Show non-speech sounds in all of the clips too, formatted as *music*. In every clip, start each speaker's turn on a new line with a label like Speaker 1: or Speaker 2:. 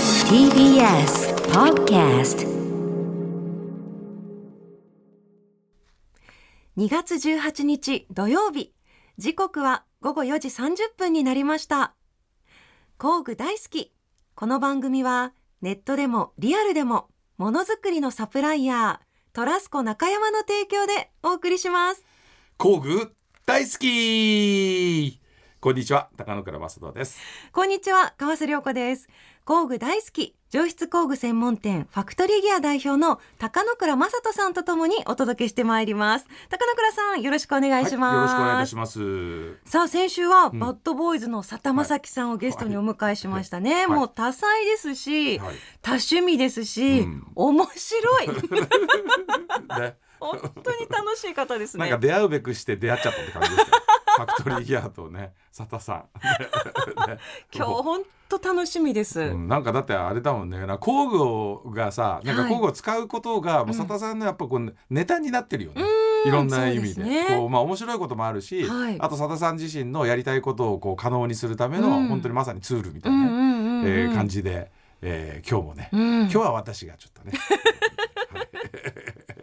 Speaker 1: TBS Podcast
Speaker 2: 2月18日土曜日時刻は午後4時30分になりました工具大好きこの番組はネットでもリアルでもものづくりのサプライヤートラスコ中山の提供でお送りします
Speaker 3: 工具大好きこんにちは高野倉正人です
Speaker 2: こんにちは川瀬良子です工具大好き上質工具専門店ファクトリーギア代表の高野倉正人さんとともにお届けしてまいります高野倉さんよろしくお願いします、
Speaker 3: はいよろしくお願いいたします
Speaker 2: さあ先週はバッドボーイズの佐田正樹さんをゲストにお迎えしましたね、
Speaker 3: いはい
Speaker 2: もう多彩ですし、
Speaker 3: はい
Speaker 2: 多趣味ですし、
Speaker 3: うん
Speaker 2: 面
Speaker 3: *laughs*
Speaker 2: 白い
Speaker 3: ね
Speaker 2: 本当に楽しい方です
Speaker 3: なん
Speaker 2: ね
Speaker 3: か出会うべくして出会っちゃったって感じですよ
Speaker 2: *laughs*
Speaker 3: ファクトリーギアとね佐田さん、ねね
Speaker 2: 今日本当楽しみです、
Speaker 3: うんなんかだってあれだもんねな工具がさなんか工具を使うことが、もう佐田さんのやっぱこうネタになってるよね、いろんな意味
Speaker 2: そ
Speaker 3: で
Speaker 2: うですね
Speaker 3: こうまあ面白いこともあるし、
Speaker 2: はい
Speaker 3: あと佐田さん自身のやりたいことをこう可能にするための、
Speaker 2: うん
Speaker 3: 本当にまさにツールみた
Speaker 2: う
Speaker 3: いなね、
Speaker 2: んうんうんうん
Speaker 3: えー感じで、えー今日もね、
Speaker 2: うん
Speaker 3: 今日は私がちょっと
Speaker 2: *laughs*
Speaker 3: ね。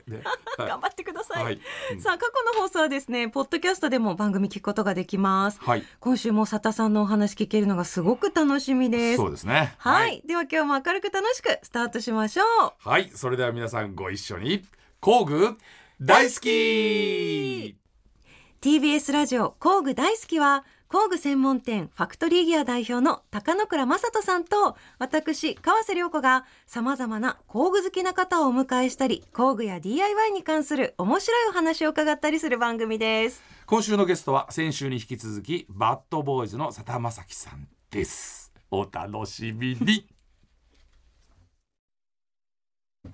Speaker 3: はいねはい
Speaker 2: 頑張ってください、
Speaker 3: はいうん
Speaker 2: さあ過去の放送はですねポッドキャストでも番組聞くことができます
Speaker 3: はい、
Speaker 2: 今週も佐田さんのお話聞けるのがすごく楽しみです
Speaker 3: そうですね。
Speaker 2: はい、。では今日も明るく楽しくスタートしましょう
Speaker 3: はい、それでは皆さんご一緒に工具大好き。
Speaker 2: TBS ラジオ工具大好きは工具専門店ファクトリーギア代表の高野倉正人さんと私川瀬良子がさまざまな工具好きな方をお迎えしたり工具や DIY に関する面白いお話を伺ったりする番組です
Speaker 3: 今週のゲストは先週に引き続きバッドボーイズの佐田正樹さんです。お楽しみに。
Speaker 2: *laughs*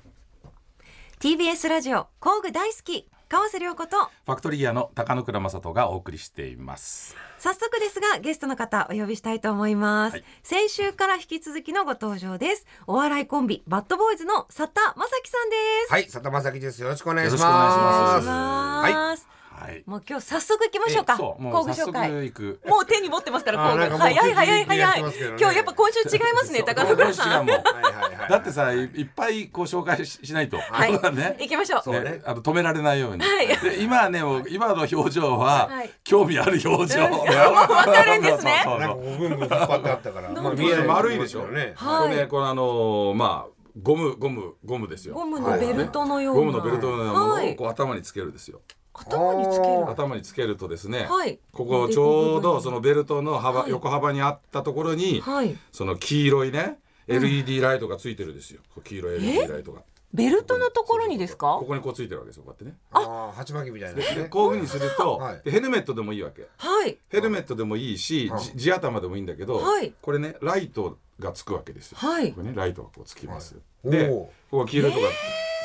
Speaker 2: TBS ラジオ工具大好き川瀬良子と
Speaker 3: ファクトリーギアの高野倉正人がお送りしています。
Speaker 2: 早速ですがゲストの方お呼びしたいと思います、
Speaker 3: はい
Speaker 2: 先週から引き続きのご登場ですお笑いコンビバッドボーイズの佐田正樹さんです
Speaker 4: はい、佐田正樹です。よろしくお願いしま
Speaker 3: よろしくお願い
Speaker 4: す。
Speaker 3: し
Speaker 2: ます
Speaker 3: はい。
Speaker 2: もう今日早速行きましょうか。
Speaker 3: えそ
Speaker 2: 工
Speaker 3: う、もう
Speaker 2: 具
Speaker 3: 早
Speaker 2: 紹
Speaker 3: 速
Speaker 2: 介。
Speaker 3: 行く。
Speaker 2: もう手に持ってますから、
Speaker 4: あ
Speaker 2: 工具。
Speaker 4: なんかもう
Speaker 2: 早い早い
Speaker 4: 急にやっ
Speaker 2: 早
Speaker 4: て
Speaker 2: い。
Speaker 4: ますけどね
Speaker 2: 今日やっぱ今週違いますね、
Speaker 3: そう
Speaker 2: 高野倉さ。
Speaker 3: *laughs* 違うんもん
Speaker 4: はいはいはい。
Speaker 3: だってさ、いいっぱいこう紹介ししないと。
Speaker 2: はい、
Speaker 3: ここ *laughs* ね
Speaker 2: 行きましょう。
Speaker 4: そうね
Speaker 3: ねあの止められないように、
Speaker 2: はい
Speaker 3: で今はねもう今の表情は、
Speaker 2: はい
Speaker 3: 興味ある表情、
Speaker 2: うんもうわかるんですね
Speaker 3: そう
Speaker 4: なん
Speaker 3: そう
Speaker 4: かこ
Speaker 3: そう
Speaker 4: うぐんぐん引っ張ってあったから、
Speaker 2: なんか
Speaker 4: 見えな
Speaker 3: 丸いでしょ
Speaker 4: ね。
Speaker 2: はい
Speaker 3: これねこのあのーまあゴムゴムゴムですよ
Speaker 2: ゴムのベルトのような。
Speaker 3: ゴムのベルトのようなも
Speaker 2: は
Speaker 3: のを
Speaker 2: い
Speaker 3: こう頭につけるですよ、
Speaker 2: 頭につける。
Speaker 3: 頭につけるとですね、
Speaker 2: はい
Speaker 3: ここちょうどそのベルトの幅、
Speaker 2: はい
Speaker 3: 横幅にあったところに、
Speaker 2: はい。
Speaker 3: その黄色いね LED ライトがついてるんですよ、こう黄色い LED ライトが
Speaker 2: ベルトのところにですか
Speaker 3: こ。こにこうついてるわけですよこうやってね
Speaker 4: ああ、鉢巻きみたいなね。
Speaker 3: でこういうふうにすると、
Speaker 4: はい
Speaker 3: でヘルメットでもいいわけ
Speaker 2: はい。
Speaker 3: ヘルメットでもいいし、
Speaker 4: はい
Speaker 3: じ地頭でもいいんだけど、
Speaker 2: はい
Speaker 3: これねライトがつくわけですよ。
Speaker 2: はい
Speaker 3: ここにライトがこうつきます。
Speaker 4: はい
Speaker 3: で
Speaker 4: おー
Speaker 3: ここ黄色いとこが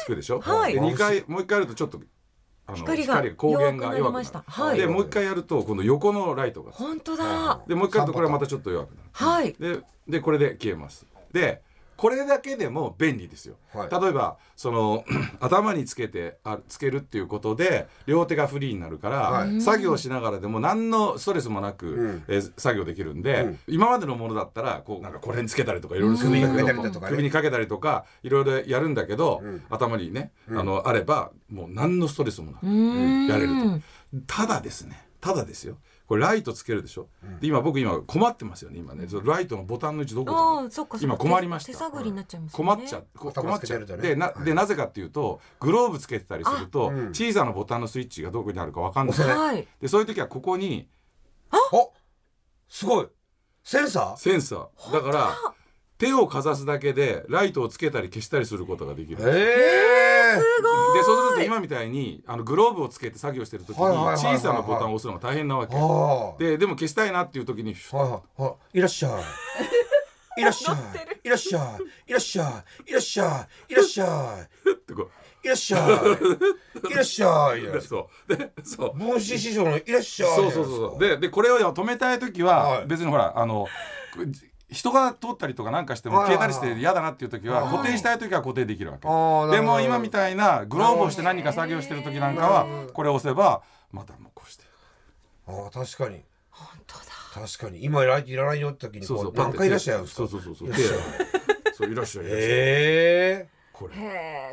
Speaker 3: つくでしょ。
Speaker 2: はい
Speaker 3: で二回もう一回やるとちょっとあの
Speaker 2: 光が
Speaker 3: 光光源
Speaker 2: 弱くな
Speaker 3: が
Speaker 2: り
Speaker 3: 弱くな
Speaker 2: ま
Speaker 3: る。
Speaker 2: したはい
Speaker 3: でもう一回やると今度横のライトがつく。
Speaker 2: 本当だ。
Speaker 3: でもう一回やるとこれはまたちょっと弱くなる。
Speaker 2: はい。
Speaker 3: ででこれで消えます。でこれだけでも便利ですよ、
Speaker 4: はい
Speaker 3: 例えばその *clears throat* 頭につけてあつけるっていうことで両手がフリーになるから、
Speaker 4: はい
Speaker 3: 作業しながらでも何のストレスもなく、
Speaker 4: うん
Speaker 3: えー作業できるんで、
Speaker 4: うん
Speaker 3: 今までのものだったらこうなんかこれにつけたりとかいろいろするんだ
Speaker 4: 首にかけ
Speaker 3: け
Speaker 4: た
Speaker 3: ど
Speaker 4: りだとかね
Speaker 3: 首にかけたりとかいろいろやるんだけど、
Speaker 4: うん
Speaker 3: 頭にねあのあればもう何のストレスもなく
Speaker 2: うーん。
Speaker 3: やれると。ただですねただですよこれライトつけるでしょ、で今僕今困ってますよね今ねそのライトのボタンの位置どこですか
Speaker 2: ああ、そっか。そっか
Speaker 3: 今困りました
Speaker 2: 手探りになっちゃいますよね。
Speaker 3: 困っちゃこ
Speaker 4: 頭
Speaker 3: 困っ
Speaker 4: つけ
Speaker 3: ちゃ
Speaker 4: て
Speaker 3: う
Speaker 4: るとね
Speaker 3: でな
Speaker 4: はい
Speaker 3: でなぜかっていうとグローブつけてたりすると、
Speaker 4: あうん
Speaker 3: 小さなボタンのスイッチがどこにあるかわかんない
Speaker 4: 押せない
Speaker 2: はい。
Speaker 3: でそういう時はここに
Speaker 4: お、すごい。センサー。
Speaker 3: センサーだから手をかざすだけでライトをつけたり消したりすることができる。で
Speaker 4: ええ。
Speaker 2: すごい。
Speaker 3: そうすると今みたいにあのグローブをつけて作業してる時に
Speaker 4: はいはいはいはいはい
Speaker 3: 小さなボタンを押すのが大変なわけ
Speaker 4: ああ。はい
Speaker 3: ででも消したいなっていう時にシュッ
Speaker 4: はいはい。いらっしゃい。いらっしゃい。いらっしゃい。いらっしゃい。いらっしゃい。いらっしゃ
Speaker 3: てこ
Speaker 4: い。いらっしゃい。いらっしゃい。
Speaker 3: うそうでそう
Speaker 4: 帽子師匠のいらっしゃい。
Speaker 3: そうそうそうそう。ででこれを止めたい時は、
Speaker 4: はい
Speaker 3: 別にほらあのじ人が通ったりとかなんかしても
Speaker 4: はい
Speaker 3: 消えたりして嫌だなっていう時は
Speaker 4: はい
Speaker 3: 固定したい時は固定できるわけ
Speaker 4: あーな
Speaker 3: で
Speaker 4: るほど
Speaker 3: も今みたいなグローブをして何か作業してる時なんかはこれを押せばまたもうこうして
Speaker 4: ああ、確かに。
Speaker 2: 本当だ
Speaker 4: 確かに今いらいらないよって時に
Speaker 3: そうそ
Speaker 4: こ
Speaker 3: う
Speaker 4: う何回いらっしゃいます
Speaker 3: そ
Speaker 4: か
Speaker 3: うそうそうそう
Speaker 4: いら
Speaker 3: 手
Speaker 4: っしゃい
Speaker 3: そういらっしゃいいらっしゃい、
Speaker 4: ええ
Speaker 3: これ
Speaker 2: へ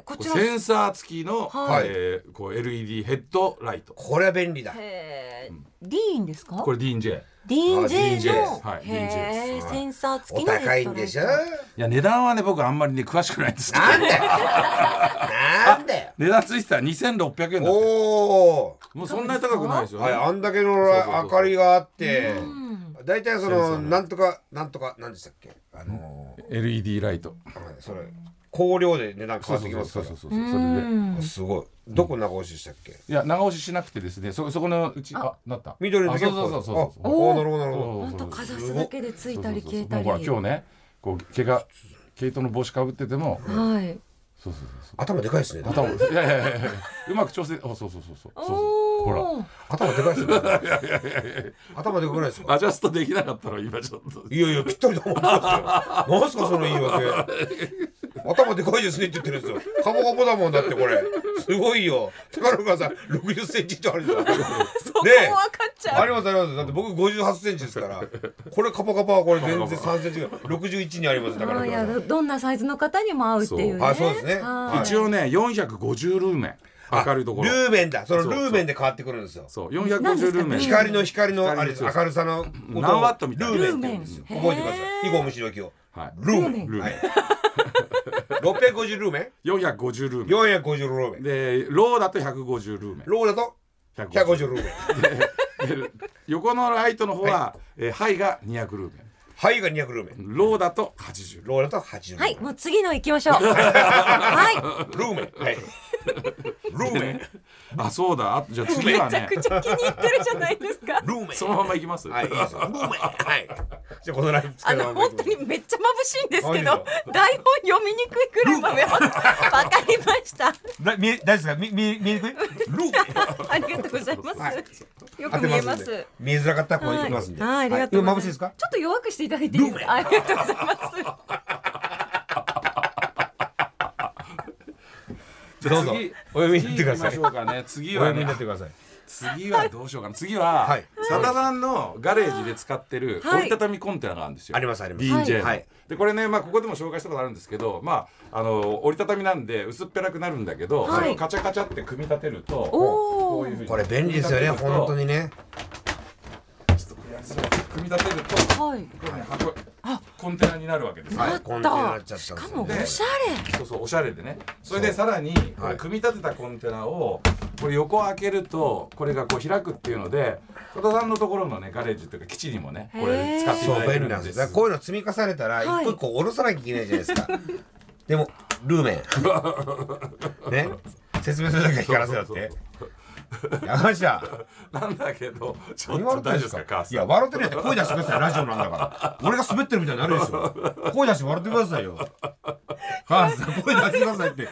Speaker 2: えこ
Speaker 3: こ
Speaker 2: ち
Speaker 3: れ
Speaker 2: ら
Speaker 3: センサー付きの、
Speaker 2: はい
Speaker 3: えーこう LED ヘッドライト
Speaker 4: これは便利だ
Speaker 2: へえディーンですか
Speaker 3: これ DJ い
Speaker 2: DJ の
Speaker 3: DJ はい
Speaker 2: へえ
Speaker 3: DJ です
Speaker 2: センサー付
Speaker 4: お
Speaker 2: きのヘッドラ
Speaker 4: 高
Speaker 2: イ
Speaker 4: い
Speaker 2: ト
Speaker 4: んでしょ
Speaker 3: や値段はね僕あんまりね詳しくないんですけど
Speaker 4: な
Speaker 3: *laughs*
Speaker 4: んだよなんだよ
Speaker 3: 値段ついてたら2600円だって
Speaker 4: おお
Speaker 3: もうそんなに高くないですよ
Speaker 4: は
Speaker 3: ね、
Speaker 4: いあんだけの
Speaker 3: そうそうそう
Speaker 4: 明かりがあって
Speaker 2: うん
Speaker 4: 大体
Speaker 3: セ
Speaker 4: そ
Speaker 3: ンサー
Speaker 4: の
Speaker 3: の
Speaker 4: なんとかなんとかなんでしたっけあの
Speaker 3: LED ライト
Speaker 4: ーはいそれ香料で値段変わってきます
Speaker 3: そ
Speaker 4: か
Speaker 3: う
Speaker 4: ら
Speaker 3: そうそうそう
Speaker 2: う
Speaker 3: それで
Speaker 2: ん
Speaker 4: すごいどこ長押ししたっけ
Speaker 3: いや長押ししなくてですねそそこのうちあなった
Speaker 4: 緑の
Speaker 3: あ
Speaker 4: 時
Speaker 3: そう
Speaker 4: は
Speaker 3: そうそうそう
Speaker 4: あ
Speaker 3: そう
Speaker 4: おーなるほどなるほ
Speaker 3: そ
Speaker 4: ど
Speaker 2: ほ
Speaker 3: うんそ
Speaker 2: と
Speaker 3: う
Speaker 2: かざすだけでついたり消えたり
Speaker 3: そうそうそうもうほら今日ねこう毛が毛糸の帽子かぶってても
Speaker 2: はい
Speaker 3: そうそうそう
Speaker 4: 頭でかいですね
Speaker 3: そう頭 *laughs* いやいやいやいやうまく調整あそうそうそうそうそうそうほら
Speaker 2: おお
Speaker 4: 頭でかいですね
Speaker 3: *laughs*
Speaker 4: 頭でかくないですか
Speaker 3: アジャストできなかったら今ちょっと
Speaker 4: いやいやぴったりだもん何すかその言い訳頭でかいですねって言ってるんですよカモカモだもんだってこれすごいよ高野川さん60センチ以上あるじゃん
Speaker 2: そこ
Speaker 4: ねえ
Speaker 2: 分かっちゃ
Speaker 4: あ
Speaker 2: う
Speaker 4: りますありますだって僕58センチですからこれカモカモはこれ全然3センチぐらい61にありますだか
Speaker 2: あ
Speaker 4: ら
Speaker 2: ーいやどんなサイズの方にも合うっていうね
Speaker 4: あそうですね
Speaker 2: はい
Speaker 3: 一応ね450ルーメン明るいところ
Speaker 4: ルーメンだその
Speaker 3: そう
Speaker 4: ルーメンで変わってくるんですよ
Speaker 3: そう450ルーメン
Speaker 4: 光の光のあれです
Speaker 3: 光の
Speaker 4: 明るさのことを
Speaker 3: 何ワットみたいな
Speaker 4: ルーメンって言うんですよ
Speaker 2: ルーメン
Speaker 4: 覚えてくださ
Speaker 2: へー
Speaker 4: い以後むしろきを
Speaker 3: はい
Speaker 4: ルーメ
Speaker 2: メ
Speaker 4: ン
Speaker 2: ン
Speaker 3: ルー
Speaker 4: は
Speaker 3: メン
Speaker 4: い650ルーメン
Speaker 3: 450ルーメ
Speaker 4: 450ルーメ
Speaker 3: ン
Speaker 4: ン
Speaker 3: でローだと150ルーメン
Speaker 4: ローだと150ルーメン
Speaker 3: で横のライトの方は、えーハイが200ルーメ
Speaker 4: ハイが200ルーメン
Speaker 3: ンローだと80ルーメ
Speaker 4: ローだと80ル
Speaker 2: は
Speaker 4: ーメ
Speaker 2: い
Speaker 4: ン
Speaker 2: もう次の行きま
Speaker 4: *laughs*
Speaker 2: しょうは
Speaker 4: ルーメンはいルーメン
Speaker 3: ンあそうだあじゃあ
Speaker 2: い
Speaker 3: 次
Speaker 2: めち
Speaker 3: は
Speaker 2: ゃ
Speaker 3: ね
Speaker 2: くちゃ気に入ってるじゃないですか
Speaker 4: ルーメ
Speaker 3: そ
Speaker 4: ン
Speaker 3: のままいきます、
Speaker 4: はいいいですよルーメンはいじゃあこのライブ使
Speaker 2: あ
Speaker 4: いな
Speaker 2: の
Speaker 4: がら
Speaker 2: 本当にめっちゃ眩しいんですけ
Speaker 4: あいい
Speaker 2: ど台本読みにくいく
Speaker 4: *laughs*
Speaker 2: らい豆わかりました
Speaker 4: な見え大丈夫ですか見見え見えにくいルーメン
Speaker 2: ありがとうございます、よく見えます
Speaker 4: 当てんで見えづらかったらこういきますんで
Speaker 2: はい、ありがとう
Speaker 4: 今
Speaker 2: ござい
Speaker 4: 眩
Speaker 2: ま
Speaker 4: しい
Speaker 2: す。
Speaker 4: ですか
Speaker 2: ちょっと弱くしていただいていいですか。ありがとうございます。
Speaker 3: じゃ
Speaker 4: ど
Speaker 3: あ
Speaker 4: うぞ
Speaker 3: 次
Speaker 4: お読みになってくださ
Speaker 3: 次行きま
Speaker 4: い
Speaker 3: しょうかね次
Speaker 4: お
Speaker 3: は
Speaker 4: 読みにな
Speaker 3: ね
Speaker 4: ってください
Speaker 3: 次はどうしようかな次は、
Speaker 4: はい
Speaker 3: サタさんのガレージで使ってる
Speaker 2: はい
Speaker 3: 折りたたみコンテナがあるんですよ、
Speaker 4: ありますあります
Speaker 3: DJ の、
Speaker 4: はい
Speaker 3: でこれね、まあ、ここでも紹介したことあるんですけど、まあ、あの折りたたみなんで薄っぺらくなるんだけど、
Speaker 2: はい
Speaker 3: それをカチャカチャって組み立てると
Speaker 2: おー
Speaker 3: こういうふうに
Speaker 4: これ便利ですよね本当にね
Speaker 3: ちょっとこれやりづらい組み立てると
Speaker 2: はい。
Speaker 3: これね箱コンテナになるわけですよ、
Speaker 4: はいコンテナになっちゃったんです
Speaker 2: し
Speaker 4: よね
Speaker 2: かもおしゃ
Speaker 3: そうそうおしゃれでねそれでさらにこれ組み立てたコンテナをこれ横開けるとこれがこう開くっていうので小田さんのところのねガレージというか基地にもねこれ使ってい
Speaker 4: そ
Speaker 3: ただ
Speaker 4: う
Speaker 3: いて
Speaker 4: 便利
Speaker 3: る
Speaker 4: なん
Speaker 3: ん
Speaker 4: で
Speaker 3: です
Speaker 4: すよこういうの積み重ねたら
Speaker 2: はい
Speaker 4: 一個一個下ろさなきゃいけないじゃないですかでもルー
Speaker 3: *laughs*
Speaker 4: メンね説明するだけ光らせだって山下
Speaker 3: なんだけどちょっ
Speaker 4: 何
Speaker 3: と大
Speaker 4: 笑
Speaker 3: 丈夫で
Speaker 4: ってるんです
Speaker 3: すか
Speaker 4: か
Speaker 3: 母さん
Speaker 4: いや笑ってるやつ声出してくださいラジオなんだから俺が滑ってるみたいになるでしょ声出して笑ってくださいよ母さん声出してくださいって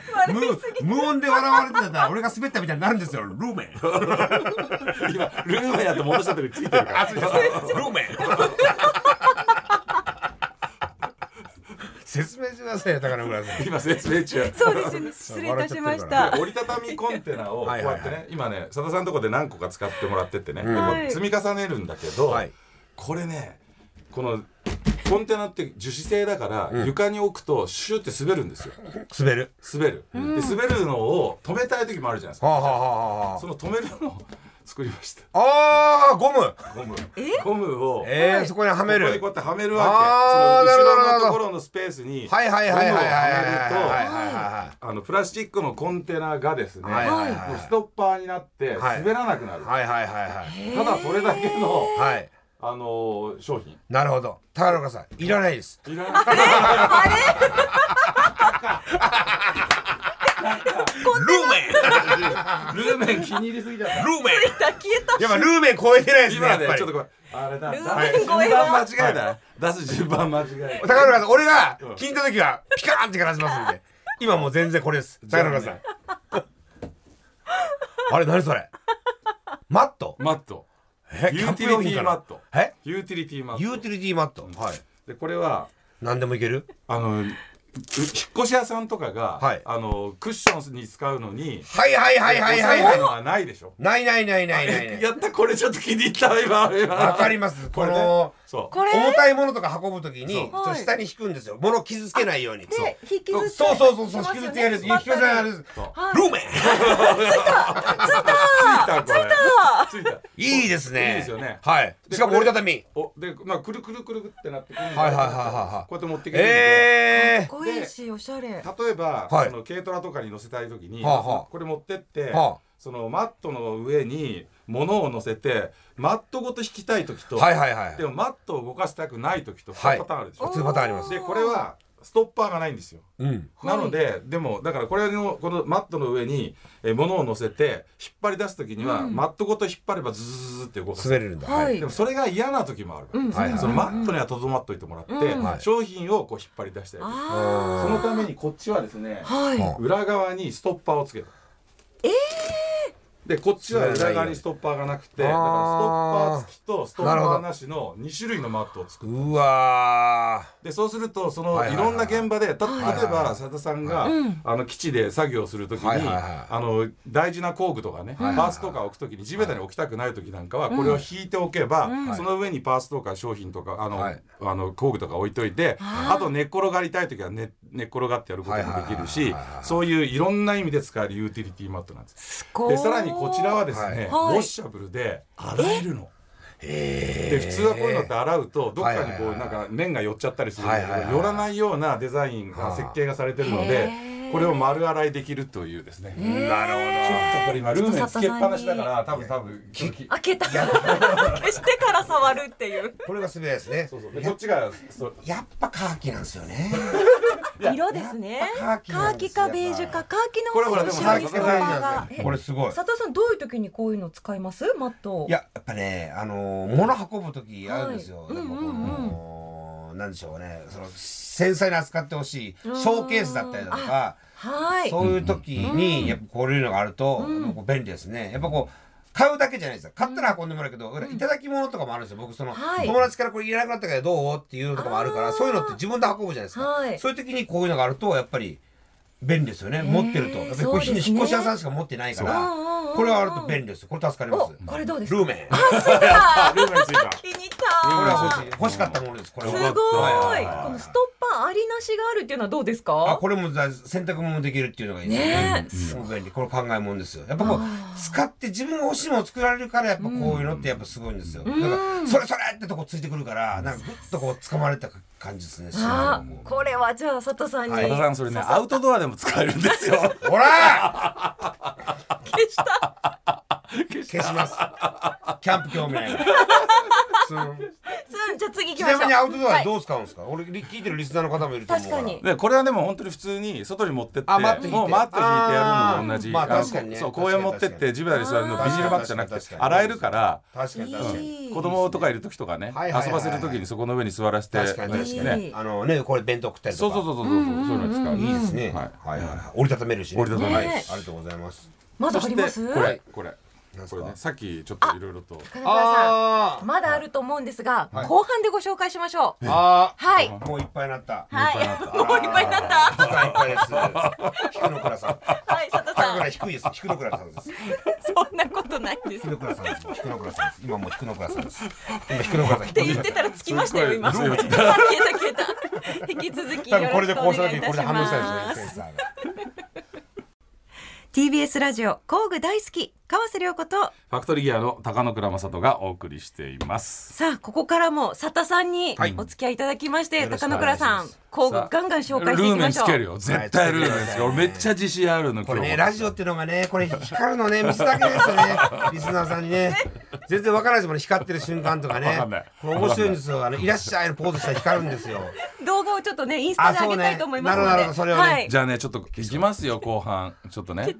Speaker 4: 無無音で笑われてたら俺が滑ったみたいになるんですよルーメン
Speaker 3: 今ルームやって戻した時ついてるから
Speaker 4: あ、そうですルーメン。 *laughs* 説明してくださいよ、高野村さん。
Speaker 3: 今説明中
Speaker 2: れ。そうですよね。失礼いたしまし
Speaker 4: 笑
Speaker 2: た。
Speaker 3: 折りたたみコンテナをこう
Speaker 4: はい
Speaker 3: や
Speaker 4: はいはい
Speaker 3: ってね今ね佐田さんのとこで何個か使ってもらっててねで
Speaker 2: はい
Speaker 3: も積み重ねるんだけど
Speaker 4: はい
Speaker 3: これねこのコンテナって樹脂製だから床に置くとシュって滑るんですよ
Speaker 4: 滑る。
Speaker 3: 滑るで滑るのを止めたい時もあるじゃないです
Speaker 4: は
Speaker 3: か
Speaker 4: あ、はあはあは
Speaker 3: その止めるのを作りました
Speaker 4: あ、あーゴム。
Speaker 3: ゴムゴムを
Speaker 4: えー、そこにはめ
Speaker 3: ここに
Speaker 4: る
Speaker 3: こう。やってはめるわけ
Speaker 4: あー
Speaker 3: その後
Speaker 4: なるほ
Speaker 3: ろ
Speaker 4: どなるほ
Speaker 3: の
Speaker 4: ど
Speaker 3: ところのスペースにゴムを
Speaker 4: はいはいはいはいはいはいはい
Speaker 3: はめると
Speaker 4: は
Speaker 3: あのプラスチックのコンテナがですね
Speaker 4: はいはいはい
Speaker 3: もうストッパーになって
Speaker 4: はい
Speaker 3: 滑らなくなる
Speaker 4: いはいはいはいはい
Speaker 3: ただそれだけの
Speaker 4: はいはい。
Speaker 3: あのー商品
Speaker 4: なるほど。高野村さん、いらないです。
Speaker 3: いらない
Speaker 4: ルーメン。
Speaker 3: ルーメン気に入りすぎちゃ
Speaker 4: *laughs*
Speaker 3: った
Speaker 4: ルーメン。
Speaker 2: 消えた。
Speaker 4: やっぱルーメン超えてないですね。や
Speaker 3: 今
Speaker 4: っ
Speaker 3: ね
Speaker 4: ぱり
Speaker 3: ちょっとごめんあれだ
Speaker 2: ル
Speaker 3: 出
Speaker 2: ーメン
Speaker 3: す順
Speaker 2: 超え
Speaker 3: 番
Speaker 2: は
Speaker 3: 間違えた出す順番間違えた
Speaker 4: 高野村さん、俺が聞いた時はピカーンってからしますん *laughs* で。今もう全然これです。高野村さん。 *laughs* あれ、何それ。マット。
Speaker 3: マット
Speaker 4: え
Speaker 3: ユ
Speaker 4: キャ
Speaker 3: ー
Speaker 4: ンプ
Speaker 3: ティ
Speaker 4: 用
Speaker 3: リテ
Speaker 4: 品か
Speaker 3: ィマ
Speaker 4: な
Speaker 3: ット
Speaker 4: え
Speaker 3: ユーティリティマ
Speaker 4: ユ
Speaker 3: ッ
Speaker 4: ー
Speaker 3: ト
Speaker 4: ティリティマットはい
Speaker 3: でこれは
Speaker 4: 何でもいける
Speaker 3: あの引っ越し屋さんとかが、
Speaker 4: はい
Speaker 3: あのクッションに使うのに
Speaker 4: はいはいはいはいはい
Speaker 3: 収めるの
Speaker 4: は
Speaker 3: はないでしょ
Speaker 4: い。ないないないないないない
Speaker 3: え。やったこれちょっと気に入った今今
Speaker 4: わかります。こ
Speaker 3: これね
Speaker 4: の
Speaker 3: そう
Speaker 2: これ
Speaker 4: 重たいものとか運ぶときに、ち
Speaker 2: そう
Speaker 4: ょっと下に引くんですよ。物を傷つけないように。そう
Speaker 2: で引きずって
Speaker 4: そうそうそうそ
Speaker 2: し
Speaker 4: う、
Speaker 2: ます
Speaker 4: 引
Speaker 2: よね
Speaker 4: きずってやるやつ。引きずってやるやつ。
Speaker 3: そう
Speaker 2: はい
Speaker 4: ルーメン
Speaker 3: ついたこれついた
Speaker 4: いいですね。
Speaker 3: いいですよね
Speaker 4: はい。しかも折りたたみ。
Speaker 3: おでまあくるくるくるくるってなってくるんで
Speaker 4: はいはいはいはいはい
Speaker 3: こうやって持ってきてるんで、
Speaker 4: え
Speaker 2: かっこいいしおしゃれ
Speaker 3: 例えば、
Speaker 4: はい
Speaker 3: その軽トラとかに乗せたい時に、
Speaker 4: はあはあ
Speaker 3: これ持ってって、
Speaker 4: はあ
Speaker 3: そのマットの上に物を乗せてマットごと引きたい時
Speaker 4: ー。
Speaker 3: と、
Speaker 4: はいはいはい
Speaker 3: で。もマットを動かしたくない時と
Speaker 4: は
Speaker 3: 2
Speaker 4: い
Speaker 3: パターンあるでしょ、
Speaker 4: 普通パターンあります。
Speaker 3: でこれはストッパーがないんですよ
Speaker 4: うん。
Speaker 3: なので、でもだからこれのこのマットの上にえー物を乗せて引っ張り出す時には、マットごと引っ張ればズズズズって動かす
Speaker 4: 滑れるんだ。
Speaker 2: はい
Speaker 3: でもそれが嫌な時もあるから、
Speaker 4: はいはい
Speaker 3: そのマットにはとどまっといてもらって、
Speaker 4: はい
Speaker 3: 商品をこう引っ張り出したりとか
Speaker 2: あ
Speaker 3: そのためにこっちはですね
Speaker 2: あはい
Speaker 4: は
Speaker 3: 裏側にストッパーをつけた。でこっちは裏側にストッパーがなくてだ
Speaker 4: あ
Speaker 3: か
Speaker 4: ー
Speaker 3: らストッパー付きとストッパーなしの2種類のマットを作る
Speaker 4: うわ
Speaker 3: でそうするとその
Speaker 4: はいは
Speaker 3: い
Speaker 4: いはい
Speaker 3: ろんな現場でた例
Speaker 4: はい
Speaker 3: えば佐田さんがあの基地で作業するときに
Speaker 4: はいはいはい
Speaker 3: あの大事な工具とかねパーツとか置くときに地べたに置きたくないときなんかはこれを引いておけば
Speaker 4: ん
Speaker 3: その上にパーツとか商品とかあの
Speaker 4: はい
Speaker 3: あの工具とか置いといてあと寝っ転がりたいときは寝寝っ転がってやることもできる
Speaker 4: はい
Speaker 3: し
Speaker 4: はいはいはい
Speaker 3: そういういろんな意味で使えるユーティリティマットなんです。
Speaker 2: すごい
Speaker 3: でさらにこちらはですね、
Speaker 2: はいはい
Speaker 3: ウォッシャブルで洗えるの。
Speaker 4: ー。へ
Speaker 3: で普通はこういうのって洗うとどっかにこう
Speaker 4: はいはいはい
Speaker 3: なんか面が寄っちゃったりするんだけ
Speaker 4: はいはいは
Speaker 3: ど
Speaker 4: い
Speaker 3: 寄らないようなデザインが設計がされてるので
Speaker 2: へー
Speaker 3: これを丸洗いできるというですね。ちょっ
Speaker 4: ー。なる
Speaker 3: とこれ今ルーメンつけっぱなしだから多分多分
Speaker 2: 開けた *laughs* 消してから触るっていう
Speaker 4: ほど。これが滑りですね
Speaker 3: そう。そうでこっちがそう
Speaker 4: やっぱカーキなんですよね。
Speaker 2: 色ですね
Speaker 4: やっぱカーキ
Speaker 2: カ
Speaker 4: なん
Speaker 2: ー
Speaker 4: で
Speaker 2: キかベー
Speaker 4: すよ
Speaker 2: ジュかカーキの
Speaker 3: これほらでも
Speaker 2: シ
Speaker 4: カ
Speaker 2: ャ
Speaker 4: ー
Speaker 2: イン
Speaker 4: キが
Speaker 2: ス
Speaker 4: ベ
Speaker 2: ト
Speaker 4: ー
Speaker 2: ー
Speaker 4: ジュなん
Speaker 2: が
Speaker 4: ですよ。これすごい。
Speaker 2: 佐藤さんどういう時にこういうの使いますマットを
Speaker 4: いや、やっぱね、あのー、物運ぶ時あるんですよ。
Speaker 2: はい
Speaker 4: でもこ
Speaker 2: うん
Speaker 4: の、なんでしょうね、その、繊細に扱ってほしい、ショーケースだったりだとか、
Speaker 2: はい
Speaker 4: そういう時に、やっぱこういうのがあると、こう便利ですね。やっぱこう、買うだけじゃないですよ。買ったら運んでもらうけど、いただき物とかもあるんですよ。僕、その、
Speaker 2: はい
Speaker 4: 友達からこれいらなくなったからどうっていうのとかもあるから、そういうのって自分で運ぶじゃないですか。
Speaker 2: はい
Speaker 4: そういう時にこういうのがあると、やっぱり、便利ですよね。持ってると。やっぱりこう、
Speaker 2: そうですね
Speaker 4: 引っ越し屋さんしか持ってないから
Speaker 2: そううんうんうんうん、
Speaker 4: これはあると便利ですよ。これ助かりま
Speaker 2: お
Speaker 4: す。
Speaker 2: これどうです
Speaker 4: ル
Speaker 2: か
Speaker 4: ーメン。
Speaker 3: ルーメンついた
Speaker 2: 気に入っ
Speaker 4: これは
Speaker 2: た
Speaker 4: 欲しい欲しかったものですこれ
Speaker 2: す
Speaker 4: は
Speaker 2: ご
Speaker 3: よかった
Speaker 2: いこのストッパーありなしがあるっていうのはどうです
Speaker 4: あ
Speaker 2: か
Speaker 4: これもだ洗濯物もできるっていうのがいいですよ
Speaker 2: ね
Speaker 4: ねすごい便利これ考えもんですよやっぱこう使って自分が欲しいものを作られるからやっぱこういうのってやっぱすごいんですよなんかそれそれってとこついてくるからなんかグッとこう掴まれた感じですね
Speaker 2: あ
Speaker 4: 自然にこ
Speaker 2: これはじゃあ佐藤さんに
Speaker 4: は
Speaker 3: 佐田さんそれねアウトドアでも使えるんですよ
Speaker 4: うほら
Speaker 2: 消した
Speaker 4: 消
Speaker 3: *laughs*
Speaker 4: しますキャンプ興味ないからその
Speaker 2: うんじゃあ次行
Speaker 4: ち
Speaker 2: きましょ
Speaker 4: な
Speaker 2: う
Speaker 4: みにアウトドア
Speaker 2: はい
Speaker 4: でどう使うんですか俺聞いてるリスナーの方もいると思う
Speaker 2: 確
Speaker 4: から
Speaker 2: かに
Speaker 3: でこれはでも本当に普通に外に持ってって
Speaker 4: あマット引いて
Speaker 3: もうマット引いてやるのと同じ
Speaker 4: あーまあ
Speaker 3: の
Speaker 4: 確かにね
Speaker 3: そう公園持ってっ
Speaker 4: 確かに
Speaker 3: て地べたに座るのビニールバッグじゃなく
Speaker 4: 確か
Speaker 3: て
Speaker 4: に
Speaker 3: 洗えるから
Speaker 4: 確かに確かに
Speaker 2: いい
Speaker 3: 子供とかいる時とかね、
Speaker 4: はいはいはいはい
Speaker 3: 遊ばせる時にそこの上に座らせて
Speaker 4: 確かに確かに、
Speaker 2: ね
Speaker 4: あのねこれ弁当食ったり
Speaker 3: そ
Speaker 4: と
Speaker 3: う
Speaker 4: か
Speaker 3: そうそうそうそう、そういうの使う
Speaker 4: いいですね、
Speaker 3: はい
Speaker 4: はいはいはい折りたためるし、ね、
Speaker 3: 折りたため
Speaker 2: るし
Speaker 4: はいありがとうございます
Speaker 2: まだ
Speaker 3: そ
Speaker 2: あ
Speaker 3: し
Speaker 2: り
Speaker 3: て
Speaker 2: ます
Speaker 3: これこれ
Speaker 4: なんす
Speaker 3: こ
Speaker 4: か
Speaker 3: れねさっきちょっといろいろと
Speaker 2: 金倉さ
Speaker 4: あ
Speaker 2: ん
Speaker 4: ー
Speaker 2: まだあると思うんですが、後半でご紹介しましょう
Speaker 4: あー
Speaker 2: はい
Speaker 4: もういっぱいになった
Speaker 2: はい *laughs* もういっぱいになった
Speaker 4: お腹いっぱい
Speaker 2: *laughs*
Speaker 4: です低野倉さん
Speaker 2: はい佐藤
Speaker 4: 高
Speaker 2: さ
Speaker 4: 倉
Speaker 2: ん
Speaker 4: 低いです低野倉さんです
Speaker 2: そんなことないです
Speaker 4: *laughs*
Speaker 2: っ
Speaker 4: 低野倉さんです低野倉さんです今もう低野倉さんです今低野倉さん
Speaker 2: て言ってたらつきましたよ今
Speaker 3: す
Speaker 2: *laughs* 消
Speaker 3: ご
Speaker 2: え
Speaker 3: い
Speaker 2: た消えた引き続きよ
Speaker 4: 多分こ
Speaker 2: ろし
Speaker 4: れで
Speaker 2: く
Speaker 4: こ
Speaker 2: お
Speaker 4: うした
Speaker 2: 願い
Speaker 4: 時
Speaker 2: いた
Speaker 4: これ
Speaker 2: し
Speaker 4: で反応した
Speaker 2: ます
Speaker 4: りしてるセンサーが
Speaker 2: TBS ラジオ工具大好き川瀬良子と
Speaker 3: ファクトリーギアの高野倉正人がお送りしています
Speaker 2: さあここからも佐田さんに
Speaker 4: はい
Speaker 2: お付き合いいただきまして、
Speaker 4: よろしく
Speaker 2: 高
Speaker 4: お願
Speaker 2: 野倉
Speaker 4: い
Speaker 2: さ
Speaker 4: し
Speaker 2: ん
Speaker 4: ます
Speaker 2: 工具ガンガン紹介してい
Speaker 3: ル
Speaker 2: き
Speaker 3: ーメ
Speaker 2: ま
Speaker 3: ン
Speaker 2: し
Speaker 3: つ
Speaker 2: ょう
Speaker 3: けるよ絶対ルーメンつける俺めっちゃ自信あるの
Speaker 4: これね
Speaker 3: 今
Speaker 4: ラ
Speaker 3: 日
Speaker 4: ジオっていうのがねこれ光るのね見せだけですよねリスナーさんにね全然わからないですもんね光ってる瞬間とか
Speaker 3: わ
Speaker 4: ね
Speaker 3: かんない
Speaker 4: これ面白いんですよあのいらっしゃいのポーズしたら光るんですよ
Speaker 2: 動画をちょっとねインスタで
Speaker 4: あそう
Speaker 2: 上
Speaker 4: ね
Speaker 2: げたいと思いますので
Speaker 4: なるほどそれをね
Speaker 2: はい、
Speaker 3: じゃあねちょっといきますよ後半ちょっとね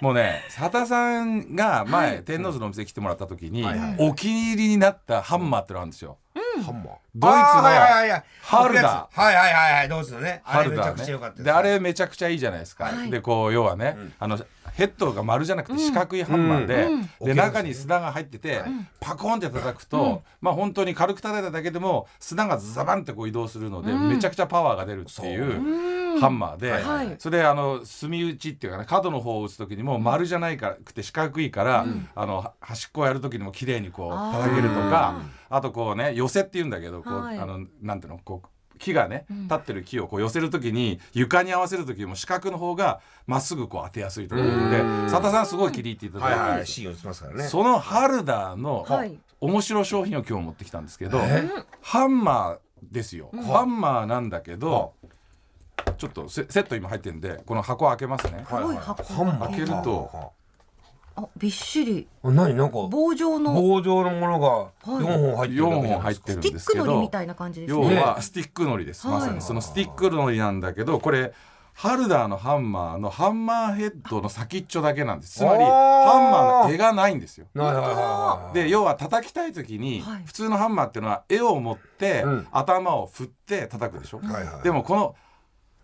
Speaker 3: もうね佐田さんが前、天王洲のお店来てもらった時に、お気に入りになったハンマーってのあるんですよ、
Speaker 4: ハンマー
Speaker 3: ドイツの
Speaker 4: あーはいはいはい
Speaker 3: ハルダ
Speaker 4: ーはいはいはいはいドイツのねあ
Speaker 3: ハ
Speaker 4: れ
Speaker 3: ル
Speaker 4: めちゃ
Speaker 3: ダ
Speaker 4: くちゃ良かっ
Speaker 3: ー
Speaker 4: た
Speaker 3: ね
Speaker 4: す
Speaker 3: であれめちゃくちゃいいじゃないですか、でこう要はね、あのヘッドが丸じゃなくて四角いハンマーで、で中に砂が入ってて、パコンって叩くと、まあ本当に軽く叩いただけでも砂がザバンってこう移動するので、めちゃくちゃパワーが出るっていう。ハンマーで、
Speaker 4: はいはい
Speaker 2: はい
Speaker 3: それあの隅打ちっていうかね角の方を打つ時にも丸じゃないからくて四角いから、あのは端っこをやる時にも綺麗にこう
Speaker 2: あー
Speaker 3: 叩けるとかあとこうね寄せっていうんだけどこう、
Speaker 2: はい
Speaker 3: あのなんていうのこう木がね立ってる木をこう寄せる時に床に合わせる時も四角の方がまっすぐこう当てやすいということで佐田さんすごい気に入っていただい
Speaker 4: はい
Speaker 3: て、
Speaker 4: はいシーン打ちますからね
Speaker 3: そのハルダーの
Speaker 2: はい
Speaker 3: 面白商品を今日持ってきたんですけど、
Speaker 4: え
Speaker 3: ハンマーですよ、ハンマーなんだけど、ちょっとセセット今入ってるんでこの箱開けますね、
Speaker 4: はい
Speaker 2: ご
Speaker 4: はいい
Speaker 2: 箱
Speaker 4: ハンマー
Speaker 3: 開けると
Speaker 2: あびっしり
Speaker 4: あ何なんか
Speaker 2: 棒状の
Speaker 4: 棒状のものが
Speaker 2: はい
Speaker 4: 四本入ってる
Speaker 3: 4本
Speaker 4: わけじゃない
Speaker 3: 入
Speaker 4: で
Speaker 3: ってるん
Speaker 4: すか
Speaker 2: スティ
Speaker 3: で
Speaker 2: ッ
Speaker 3: すけ
Speaker 2: ク
Speaker 3: ど
Speaker 2: のりみたいな感じです
Speaker 3: 要
Speaker 2: ね
Speaker 3: はスティックのりです、
Speaker 2: はい
Speaker 3: まさにそのスティックのりなんだけどこれハルダーのハンマーのハンマーヘッドの先っちょだけなんですつまり
Speaker 4: あー
Speaker 3: ハンマーの柄がないんですよ
Speaker 4: はいはいはいはい
Speaker 3: で要は叩きたい時に、
Speaker 2: はい
Speaker 3: 普通のハンマーっていうのは絵を持って、
Speaker 4: うん
Speaker 3: 頭を振って叩くでしょ、
Speaker 4: はいはい
Speaker 3: でもこの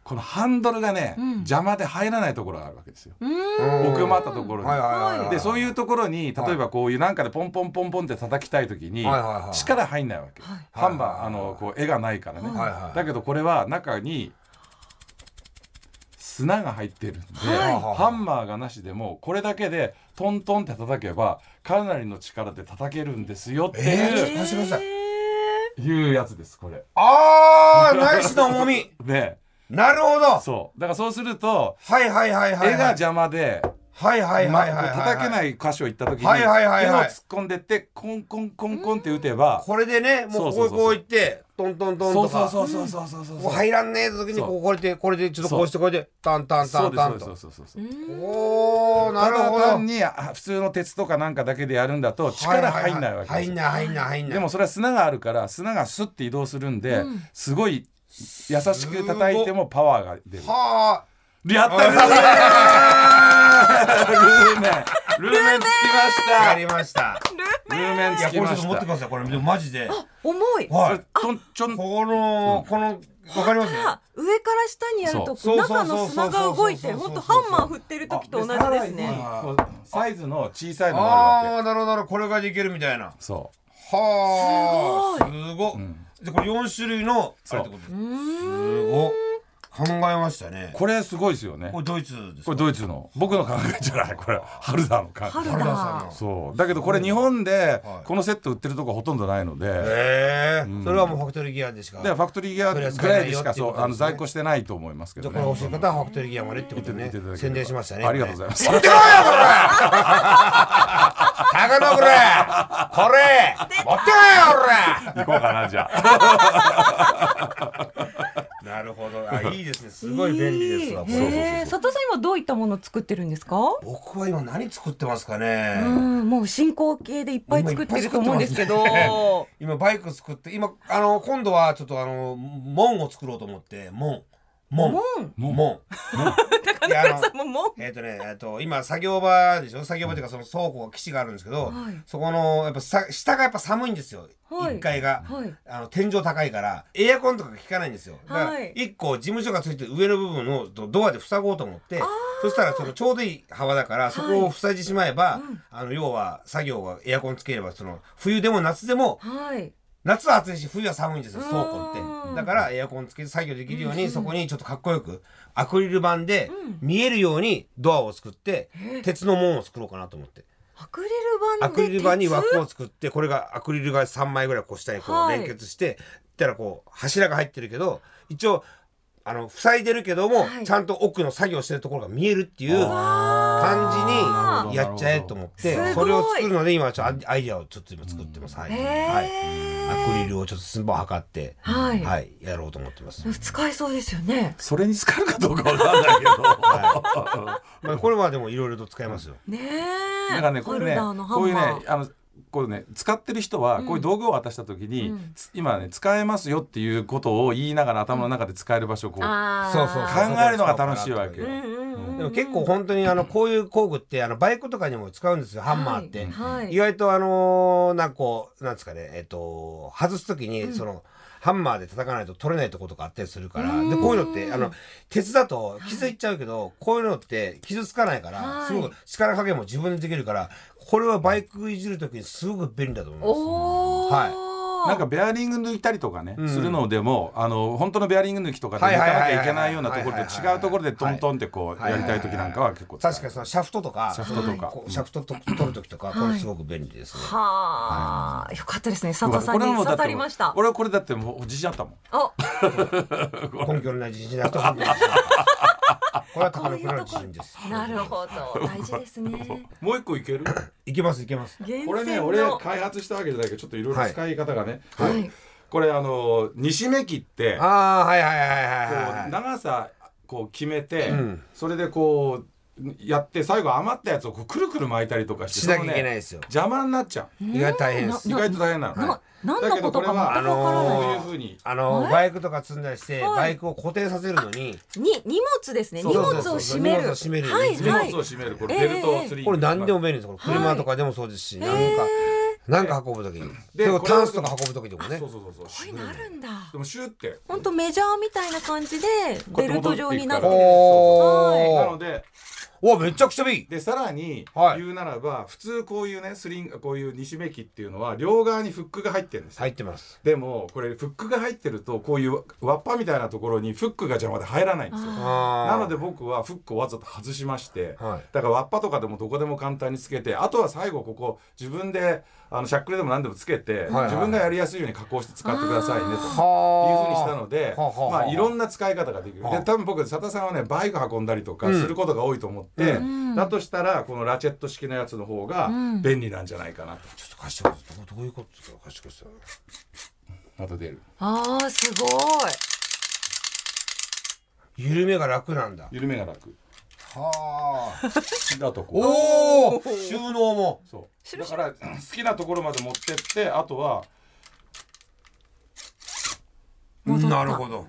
Speaker 3: このハンドルがね、
Speaker 2: うん
Speaker 3: 邪魔で入らないところがあるわけですよ
Speaker 2: うーん
Speaker 4: うん
Speaker 3: 奥まったところに、
Speaker 4: はいはいはい
Speaker 3: でそう
Speaker 4: う
Speaker 3: いうところに例えばこういうなんかでポンポンポンポンって叩きたい時に
Speaker 4: はいはいはい
Speaker 3: 力入んないわけ、
Speaker 2: はい
Speaker 3: ハンマーあのこう絵がないからね、
Speaker 4: はいはい
Speaker 3: だけどこれは中に砂が入ってるんで、
Speaker 2: はい
Speaker 3: ハンマーがなしでもこれだけでトントンって叩けばかなりの力で叩けるんですよっていう,、
Speaker 4: えー貸してください
Speaker 3: いうやつですこれ。
Speaker 4: あーナイスな重み
Speaker 3: *laughs* ね
Speaker 4: なるほどは
Speaker 3: そうだからそうすると
Speaker 4: いはいはいはい
Speaker 3: 絵が邪魔で
Speaker 4: はいはいはいはい
Speaker 3: ま叩けないい箇所行った時に
Speaker 4: はいはいはい
Speaker 3: 手を
Speaker 4: は
Speaker 3: 突
Speaker 4: い
Speaker 3: っ込んでってコンコンコンコンって打てば
Speaker 4: これでねもう
Speaker 3: そ
Speaker 4: こ
Speaker 3: うそうそ
Speaker 4: う
Speaker 3: うそう
Speaker 4: こういってトントントン
Speaker 3: そ
Speaker 4: と
Speaker 3: うそう
Speaker 4: か
Speaker 3: そうそうそうそうそう
Speaker 4: こう入らんねえ時に
Speaker 3: そう
Speaker 4: こうこれでこれでちょっとこうしてこれでタンタンタ
Speaker 3: そう
Speaker 4: ン
Speaker 3: です
Speaker 4: タ
Speaker 3: そう
Speaker 4: ン
Speaker 3: ですそうそ
Speaker 4: と
Speaker 3: うそうそう
Speaker 4: おーな
Speaker 3: た
Speaker 4: る
Speaker 3: だ
Speaker 4: ほど
Speaker 3: 単にあ普通の鉄とかなんかだけでやるんだと力入んないわけです
Speaker 4: 入ん
Speaker 3: よ
Speaker 4: ない入んない入んない
Speaker 3: でもそれは砂があるから砂がスッて移動するんで、すごい優しく叩いてもパワーが出る
Speaker 4: は
Speaker 3: やったルーメンルーメンルーメンつきまし
Speaker 4: あ
Speaker 3: た
Speaker 4: やりました
Speaker 3: ルーメン
Speaker 4: い
Speaker 3: つ
Speaker 4: や
Speaker 3: き
Speaker 4: こ
Speaker 3: ま
Speaker 4: れちょっと
Speaker 3: し
Speaker 4: 持ったてくださいこれでもマジで
Speaker 2: 重い
Speaker 4: はい
Speaker 3: ちょんちょん
Speaker 4: このこのわかります
Speaker 2: あ上から下にやるとこ
Speaker 4: そうう
Speaker 2: 中の砂が動いて
Speaker 4: そうそう
Speaker 2: 本
Speaker 4: そうそう
Speaker 2: 当ハンマー振ってる時と同じですね
Speaker 3: あでさらにこうサイズの小さいのもあるわ
Speaker 4: ああなるほどなるほどこれができるみたいな
Speaker 3: けそ
Speaker 4: はあ
Speaker 2: す
Speaker 4: すごっでこれ四種類のあれってことすごっ考えましたね
Speaker 3: うこれすごいですよね
Speaker 4: これドイツです
Speaker 3: こ
Speaker 4: か
Speaker 3: れドイツの僕の考えじゃないこれハルダーの考
Speaker 2: 春
Speaker 3: え
Speaker 4: 原田さん
Speaker 2: だ
Speaker 4: の
Speaker 3: そうだけどこれ日本で
Speaker 4: はい
Speaker 3: このセット売ってるとこほとんどないので
Speaker 4: へえそれはもうファクトリーギアでしか
Speaker 3: で
Speaker 4: じ
Speaker 3: フ
Speaker 4: ゃ
Speaker 3: ァクトリーギアぐらいでしかそうあの在庫してないと思いますけど
Speaker 4: あこ
Speaker 3: ね
Speaker 4: れ欲しい方はファクトリーギアまでってこ
Speaker 3: 見て
Speaker 4: と
Speaker 3: いただ
Speaker 4: ね
Speaker 3: ければ
Speaker 4: 宣伝しましたね
Speaker 3: ありがとうございます *laughs*
Speaker 4: 言ってこいよこれ高野これこれ持ってこいよ
Speaker 3: 行こうかなじゃあ
Speaker 4: これなるほどあ
Speaker 3: *laughs*
Speaker 4: いいですねすごい便利ですわこ
Speaker 2: へ
Speaker 4: れ
Speaker 2: え佐藤さん今どういったものを作ってるんですか
Speaker 4: 僕は今何作ってますか
Speaker 2: う
Speaker 4: ね
Speaker 2: んもう進行形でいっぱい作ってると思うんですけど
Speaker 4: 今いっぱい作今バイク作って今あの今度はちょっとあの門を作ろうと思って門門
Speaker 2: 門
Speaker 4: 門門
Speaker 3: *laughs*
Speaker 4: いやあの
Speaker 2: さんもも
Speaker 4: えっ、とね、えっ、と、今作業場でしょ作業場というか、その倉庫が基地があるんですけど。
Speaker 2: はい
Speaker 4: そこの、やっぱ、さ、下がやっぱ寒いんですよ。一、
Speaker 2: はい
Speaker 4: 階が、
Speaker 2: はい
Speaker 4: あの、天井高いから、エアコンとか効かないんですよ。だか
Speaker 2: は
Speaker 4: ら、
Speaker 2: い
Speaker 4: 一個事務所がついてる上の部分を、ドアで塞ごうと思って。そしたら、そのちょうどいい幅だから、そこを塞いでしまえば、あの、要は作業がエアコンつければ、その。冬でも夏でも、
Speaker 2: うはい
Speaker 4: 夏は暑いし冬は寒いんですよ倉庫っ
Speaker 2: うん
Speaker 4: てだからエアコンつけて作業できるようにそこにちょっとかっこよくアクリル板で見えるようにドアを作って鉄の門を作ろうかなと思って
Speaker 2: アクリ
Speaker 4: ア
Speaker 2: ル板で
Speaker 4: クリル板に
Speaker 2: 鉄
Speaker 4: 枠を作ってこれがアクリルが3枚ぐらいこう下にこう
Speaker 2: はい
Speaker 4: 連結して、たらこう柱が入ってるけど一応あの塞いでるけども、
Speaker 2: はい
Speaker 4: ちゃんと奥の作業してるところが見えるっていう感じにやっちゃえと思って
Speaker 2: すごい
Speaker 4: それを作るので今ちょっとアイデアをちょっと今作ってます、はい、はい
Speaker 2: へ
Speaker 4: アクリルをちょっと寸法測って、
Speaker 2: はい
Speaker 4: やろうと思ってます。
Speaker 2: え使えそうですよね
Speaker 3: それに使えるかどうかわかんないけど
Speaker 4: まあ、これはでもいろいろと使えますよ。
Speaker 2: ねえ
Speaker 3: だからねこれ
Speaker 2: ハル
Speaker 3: ね
Speaker 2: ダーのハ
Speaker 3: こうい
Speaker 2: ン
Speaker 3: う
Speaker 2: マー
Speaker 3: ねあのこうね使ってる人はこういう道具を渡した時に、つ今ね使えますよっていうことを言いながら頭の中で使える場所をこう、
Speaker 2: あー
Speaker 4: そうそう
Speaker 3: 考えるのが楽しいわけよ
Speaker 2: うんうんうん
Speaker 4: でも結構本当にあのこういう工具ってあのバイクとかにも使うんですよ、ハンマーって。
Speaker 2: はいはい
Speaker 4: 意外とあのーなんかこうなんですかねえっ、と外すときにその、ハンマーで叩かないと取れないとことかあったりするからでこういうのってあの鉄だと傷いっちゃうけど、こういうのって傷つかないから、
Speaker 2: はい
Speaker 4: すごく力加減も自分でできるからこれはバイクいじるときにすごく便利だと思います。
Speaker 2: おお、
Speaker 4: はい
Speaker 2: ー
Speaker 3: なんかベアリング抜いたりとかね、
Speaker 4: うん
Speaker 3: するのでもあの本当のベアリング抜きとかで
Speaker 4: は
Speaker 3: 抜
Speaker 4: い
Speaker 3: か
Speaker 4: はいはい
Speaker 3: な
Speaker 4: はい
Speaker 3: きゃいけないようなところ
Speaker 4: は
Speaker 3: で
Speaker 4: いはいはいはい
Speaker 3: 違うところでトントンってこうやりたい時なんかは結構使う
Speaker 4: 確かにそのシャフトとか
Speaker 3: シャフトとか
Speaker 4: こうシャフトと取る時とかこれすごく便利ですね
Speaker 2: はあ、よかったですね。佐
Speaker 3: こ
Speaker 2: 藤さんに
Speaker 3: れはもうだ
Speaker 2: 刺
Speaker 3: って
Speaker 2: さりました。
Speaker 3: 俺はこれだってもう自信あったもん
Speaker 2: お、
Speaker 4: 根拠のない自信だと本当にこれは高
Speaker 2: こう
Speaker 4: 野
Speaker 2: い
Speaker 4: 君
Speaker 2: う
Speaker 4: の
Speaker 2: と
Speaker 4: 自
Speaker 2: こ
Speaker 4: 信です
Speaker 2: ろ。なるほど、大事ですね。
Speaker 3: もう一個いける
Speaker 4: いけますいけます
Speaker 2: 厳選の
Speaker 3: これね俺開発したわけじゃないけどちょっといろいろ使い方がね、
Speaker 2: はい
Speaker 3: これこれあの西目切ってこ
Speaker 4: ああはいはいはいは
Speaker 3: う
Speaker 4: いはい
Speaker 3: 長さこう決めて、
Speaker 4: うん
Speaker 3: それでこうやって最後余ったやつをこうくるくる巻いたりとかして
Speaker 4: しなきゃいけない
Speaker 3: い
Speaker 4: ですよ
Speaker 3: 邪魔になっちゃう
Speaker 4: 意外と大変で
Speaker 2: な
Speaker 4: す
Speaker 3: 意外と大変なの、
Speaker 2: な、何
Speaker 3: だ
Speaker 2: の
Speaker 3: け
Speaker 2: こ
Speaker 3: ど
Speaker 2: と
Speaker 3: これ
Speaker 2: か全く
Speaker 3: は
Speaker 2: わから
Speaker 4: あ
Speaker 2: ない
Speaker 4: の。
Speaker 3: こういうふうに
Speaker 4: あの
Speaker 2: え
Speaker 4: バイクとか積んだりして
Speaker 2: はい
Speaker 4: バイクを固定させるのに
Speaker 2: に荷物ですね。
Speaker 3: そう
Speaker 2: 荷
Speaker 3: そう
Speaker 2: 物
Speaker 3: そう
Speaker 2: を閉め
Speaker 4: 荷物
Speaker 2: る。
Speaker 4: を閉める
Speaker 2: はい
Speaker 4: 荷
Speaker 3: 荷物
Speaker 2: はい。
Speaker 3: を締めるこ
Speaker 2: え
Speaker 3: れ
Speaker 2: え
Speaker 3: ベルトスリーブ
Speaker 4: これ何でも便利ですこれ車とかでもそうですしなんかなんか運ぶ時に
Speaker 3: で
Speaker 4: でも
Speaker 3: これを
Speaker 4: タンスとか運ぶ時でもね
Speaker 3: そうそうそうそう
Speaker 2: こういうのあるんだ。
Speaker 3: でもシューって
Speaker 2: 本当メジャーみたいな感じで
Speaker 3: こう
Speaker 2: ベ
Speaker 3: やっ
Speaker 2: ル
Speaker 3: て
Speaker 2: ト
Speaker 3: 戻ってい
Speaker 2: 状に
Speaker 3: く
Speaker 2: な
Speaker 3: か
Speaker 2: って
Speaker 3: ら
Speaker 2: る。
Speaker 3: な
Speaker 4: お
Speaker 3: の
Speaker 4: ー
Speaker 3: で
Speaker 4: おめちゃくちゃいい
Speaker 3: でさらに
Speaker 4: はい
Speaker 3: 言うならば、普通こういうねスリンこういう西目機っていうのは両側にフックが入ってるんですよ、
Speaker 4: 入ってます
Speaker 3: でもこれフックが入ってるとこういう輪っぱみたいなところにフックが邪魔で入らないんですよな
Speaker 4: な
Speaker 3: ので僕はフックをわざと外しまして、
Speaker 4: はい
Speaker 3: だから輪っぱとかでもどこでも簡単につけてあとは最後ここ自分であのしゃっくりでも何でもつけて、
Speaker 4: はい
Speaker 3: 自分がやりやすいように加工して使ってくださいねと。いうふうにしたので、
Speaker 4: はあはあはあ
Speaker 3: まあ、いろんな使い方ができる。で
Speaker 4: はあ
Speaker 3: 多分僕佐田さんはねバイク運んだりとか
Speaker 4: うん
Speaker 3: することが多いと思って、
Speaker 2: ん
Speaker 3: だとしたらこのラチェット式のやつの方が
Speaker 2: うん
Speaker 3: 便利なんじゃないかなと。
Speaker 4: ちょっと貸してくださいどうどういうことですか貸してください
Speaker 3: あと出る
Speaker 2: ああすごい。
Speaker 4: 緩めが楽なんだ
Speaker 3: 緩めが楽
Speaker 4: はあ
Speaker 3: だとこう
Speaker 4: おお収納も
Speaker 3: そうだから好きなところまで持ってってあとは
Speaker 4: なるほど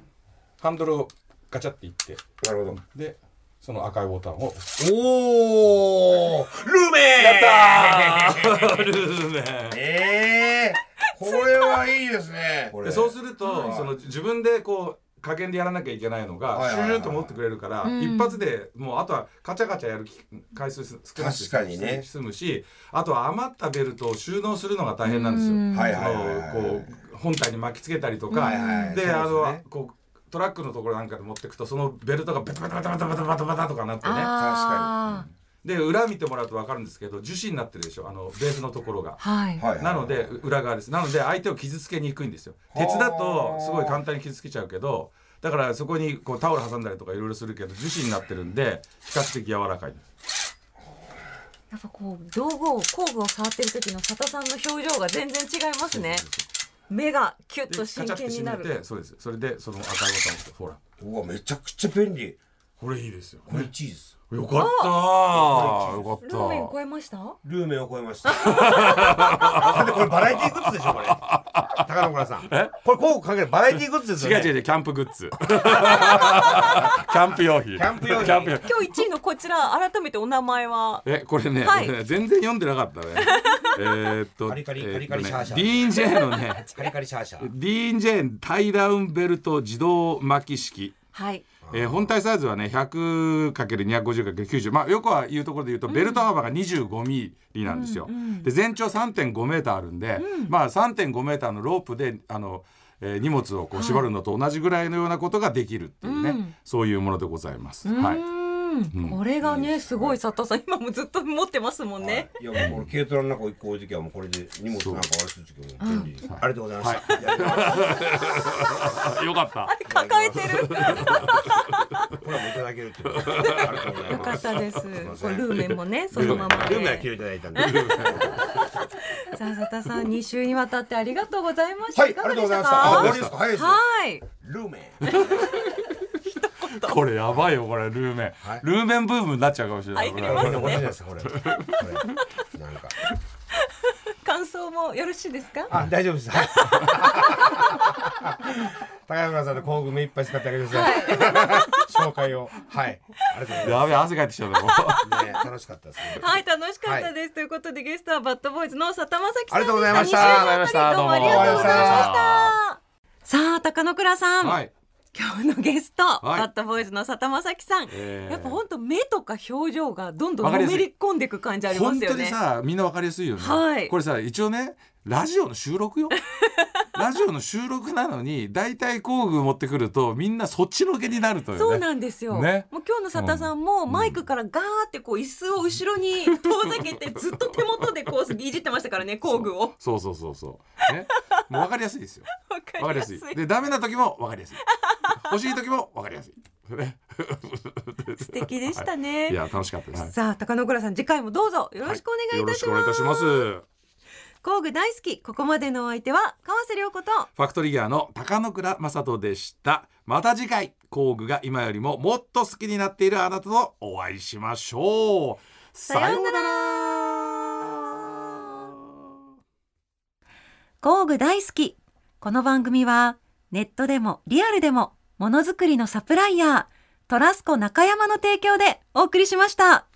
Speaker 3: ハンドルをガチャっていって
Speaker 4: なるほど
Speaker 3: でその赤いボタンを
Speaker 4: *laughs*
Speaker 3: 押す
Speaker 4: おおルメやったーええー、これはいいですね
Speaker 3: でそうすると、その自分でこう加減でやらなきゃいけないのが、
Speaker 4: はいはいはいはい
Speaker 3: シューッと持ってくれるから、一発でもうあとはカチャカチャやるき回数す少なくて済
Speaker 4: 確かにね
Speaker 3: 済むしあとは余ったベルトを収納するのが大変なんですよ。
Speaker 2: うん
Speaker 4: はい
Speaker 3: あ
Speaker 4: はいはいはい
Speaker 3: のこう本体に巻きつけたりとか、
Speaker 4: はいはいはい
Speaker 3: で
Speaker 4: そうですね
Speaker 3: あのこうトラックのところなんかで持ってくとそのベルトがベタベタベタベタベタベタベタとかなってね
Speaker 2: あ
Speaker 3: で裏見てもらうと分かるんですけど樹脂になってるでしょあのベースのところが。
Speaker 2: あはい。
Speaker 4: はいはい
Speaker 3: なのでう裏側ですなので相手を傷つけにくいんですよ
Speaker 4: はあ
Speaker 3: 鉄だとすごい簡単に傷つけちゃうけどだからそこにこうタオル挟んだりとかいろいろするけど樹脂になってるんで比較的柔らかい
Speaker 2: やっぱこう道具を工具を触ってる時の佐田さんの表情が全然違いますね。目がキュッ
Speaker 3: で
Speaker 2: と
Speaker 3: カチ
Speaker 2: 真
Speaker 3: ャって
Speaker 2: 剣に
Speaker 3: 閉
Speaker 2: な
Speaker 3: め
Speaker 2: る。
Speaker 3: てそうですそれでその赤いボタンを押すとほら
Speaker 4: うわめちゃくちゃ便利
Speaker 3: これいいですよ
Speaker 4: これチーズ
Speaker 3: よかったーよ
Speaker 2: ルーメン
Speaker 3: か
Speaker 2: 超えました？
Speaker 4: ルーメンを超えましただ *laughs* ってこれバラエティグッズでしょこれ高野倉さんこれ広告かけるバラエティグッズです
Speaker 3: った
Speaker 4: よ
Speaker 3: 違
Speaker 4: ね
Speaker 3: う違う違うキャンプグ
Speaker 2: *laughs*
Speaker 3: ッズキャンプ用品キ
Speaker 4: ャンプ用品
Speaker 2: 今日一位のこちら改めてお名前は。
Speaker 3: えこれね、
Speaker 2: はい
Speaker 3: 俺ね全然読んでなかったねえーっと
Speaker 4: カリカリ
Speaker 3: えーっとね
Speaker 4: カリカリシャーシャー
Speaker 3: DJ のね
Speaker 4: カリカリシャーシャー
Speaker 3: DJ タイダウンベルト自動巻き式、
Speaker 2: はい。
Speaker 3: えー本体サイズはね 100×250×90 まあよくは言うところで言うとベルト幅が 25mm なんですよ、で全長 3.5m あるんで、まあ 3.5m のロープであの、えー荷物をこう縛るのと同じぐらいのようなことができるっていうね、
Speaker 2: うん
Speaker 3: そういうものでございます、
Speaker 2: う
Speaker 3: はい
Speaker 2: ーん。これがねすごい佐田さん今もずっと持ってますもんね。
Speaker 4: いやもうこれ軽トラの中を一個置いときはもうこれで荷物なんかあれするときはもう便利です、ありがとうございました、いやいや
Speaker 3: あよかった
Speaker 2: 抱えてる。
Speaker 4: これはもういただけるっていうことでありがとうござい
Speaker 2: よか
Speaker 4: ま
Speaker 2: っ
Speaker 4: す
Speaker 2: たです。これルーメンもねそ
Speaker 4: ル
Speaker 2: の
Speaker 4: ーメ
Speaker 2: ま
Speaker 4: ン
Speaker 2: ま
Speaker 4: ルーメンは
Speaker 2: で
Speaker 4: 切。りいただいたんで
Speaker 2: さあ佐田さん二週にわたってありがとうございました。
Speaker 4: はい、あり
Speaker 2: か
Speaker 4: がと
Speaker 2: が
Speaker 4: う
Speaker 2: で
Speaker 4: ご
Speaker 2: し
Speaker 4: ざ
Speaker 2: た
Speaker 4: いました。あ、終わ
Speaker 2: か
Speaker 4: りですか。早いですね。
Speaker 2: はい。
Speaker 4: ルーメ
Speaker 3: *laughs* これやばいよこれルーメン、
Speaker 4: はい
Speaker 3: ルーメンブームになっちゃうかもしれない
Speaker 2: 入りますね
Speaker 4: ン。これ、これじゃないですか、これ。これなんか。
Speaker 2: 感想もよろしいですか？
Speaker 4: あ、大丈夫です。 *laughs* はい高山さんの工具目いっぱい使ってあげてください。 *laughs* 紹介を。はい。ありがとうござい
Speaker 3: やべえ汗かいてきちゃったもう *laughs*
Speaker 4: ます。ね、楽しかったですね。
Speaker 2: はい、楽しかったです。ということで、ゲストはバッドボーイズの佐田まさきさん
Speaker 4: ありがとうございました
Speaker 2: 2週にわたりどうもありがとうございました。さあ、高野倉さん、
Speaker 3: はい
Speaker 2: 今日のゲスト、
Speaker 3: い
Speaker 2: バッドボーイズの佐田正樹さん、
Speaker 3: えー
Speaker 2: やっぱ本当目とか表情がどんどん
Speaker 3: わか
Speaker 2: の
Speaker 3: りやすい
Speaker 2: めり込んでいく感じありま
Speaker 3: 本
Speaker 2: すよ
Speaker 3: 当に
Speaker 2: ね。
Speaker 3: さみんなわかりやすいよね、
Speaker 2: はい
Speaker 3: これさ一応ねラジオの収
Speaker 2: *laughs*
Speaker 3: 録よラジオの収録なのに大体工具持ってくるとみんなそっちのけになるというね
Speaker 2: そうなんですよ、
Speaker 3: ね
Speaker 2: もう今日の佐田さんもマイクからガーってこう椅子を後ろに遠ざけてずっと手元でこういじってましたからね工具を
Speaker 3: そうそうそうそうねもうわかりやすいですよ
Speaker 2: わ
Speaker 3: わかりやすいでダメな時もわかりやすい欲しい時もわかりやすい
Speaker 2: *laughs*
Speaker 3: ね
Speaker 2: 素敵でしたね、
Speaker 3: いや楽しかったです、はい
Speaker 2: さあ高野倉さん次回もどうぞよろしくお願いいたし
Speaker 3: よ
Speaker 2: ま
Speaker 3: ろしくお願いい
Speaker 2: す、
Speaker 3: たしますフ
Speaker 2: 工具大好きここまでのお相手は川瀬良子と
Speaker 3: ァクトリーギアの高野倉正人でしたまた次回工具が今よりももっと好きになっているあなたとお会いしましょうさようなら
Speaker 2: 工具大好きこの番組はネットでもリアルでもものづくりのサプライヤートラスコ中山の提供でお送りしました。